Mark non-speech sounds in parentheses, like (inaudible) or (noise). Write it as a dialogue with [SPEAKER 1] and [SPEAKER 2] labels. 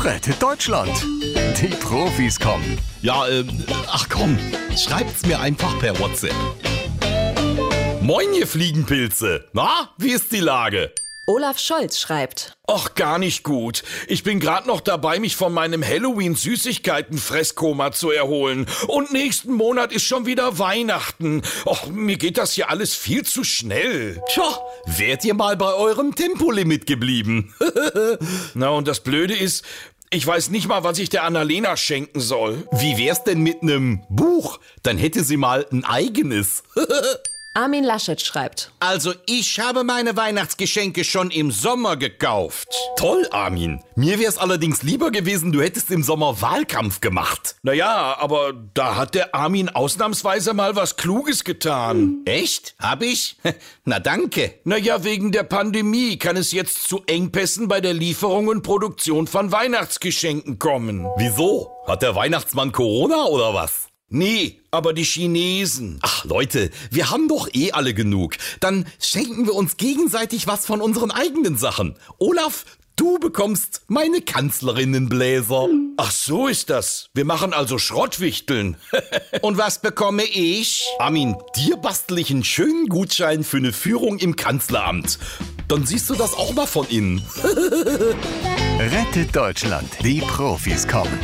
[SPEAKER 1] Rettet Deutschland. Die Profis kommen.
[SPEAKER 2] Ja, ähm, ach komm, schreibt's mir einfach per WhatsApp. Moin, ihr Fliegenpilze. Na, wie ist die Lage?
[SPEAKER 3] Olaf Scholz schreibt.
[SPEAKER 4] Och, gar nicht gut. Ich bin gerade noch dabei, mich von meinem Halloween-Süßigkeiten-Fresskoma zu erholen. Und nächsten Monat ist schon wieder Weihnachten. Och, mir geht das hier alles viel zu schnell.
[SPEAKER 2] Tja, wärt ihr mal bei eurem Tempolimit geblieben? (laughs)
[SPEAKER 4] Na, und das Blöde ist, ich weiß nicht mal, was ich der Annalena schenken soll.
[SPEAKER 2] Wie wär's denn mit nem Buch? Dann hätte sie mal ein eigenes.
[SPEAKER 3] Armin Laschet schreibt.
[SPEAKER 5] Also ich habe meine Weihnachtsgeschenke schon im Sommer gekauft.
[SPEAKER 2] Toll, Armin. Mir wär's allerdings lieber gewesen, du hättest im Sommer Wahlkampf gemacht.
[SPEAKER 4] Naja, aber da hat der Armin ausnahmsweise mal was Kluges getan.
[SPEAKER 5] Echt? Hab
[SPEAKER 2] (laughs)
[SPEAKER 5] ich? Na danke.
[SPEAKER 4] Naja, wegen der Pandemie kann es jetzt zu Engpässen bei der Lieferung und Produktion von Weihnachtsgeschenken kommen.
[SPEAKER 2] Wieso? Hat der Weihnachtsmann Corona oder was?
[SPEAKER 4] Nee, aber die Chinesen.
[SPEAKER 2] Ach Leute, wir haben doch eh alle genug. Dann schenken wir uns gegenseitig was von unseren eigenen Sachen. Olaf, du bekommst meine Kanzlerinnenbläser.
[SPEAKER 4] Ach, so ist das. Wir machen also Schrottwichteln. (laughs)
[SPEAKER 5] Und was bekomme ich?
[SPEAKER 2] Armin, dir bastel ich einen schönen Gutschein für eine Führung im Kanzleramt. Dann siehst du das auch mal von innen.
[SPEAKER 1] Rettet Deutschland. Die Profis kommen.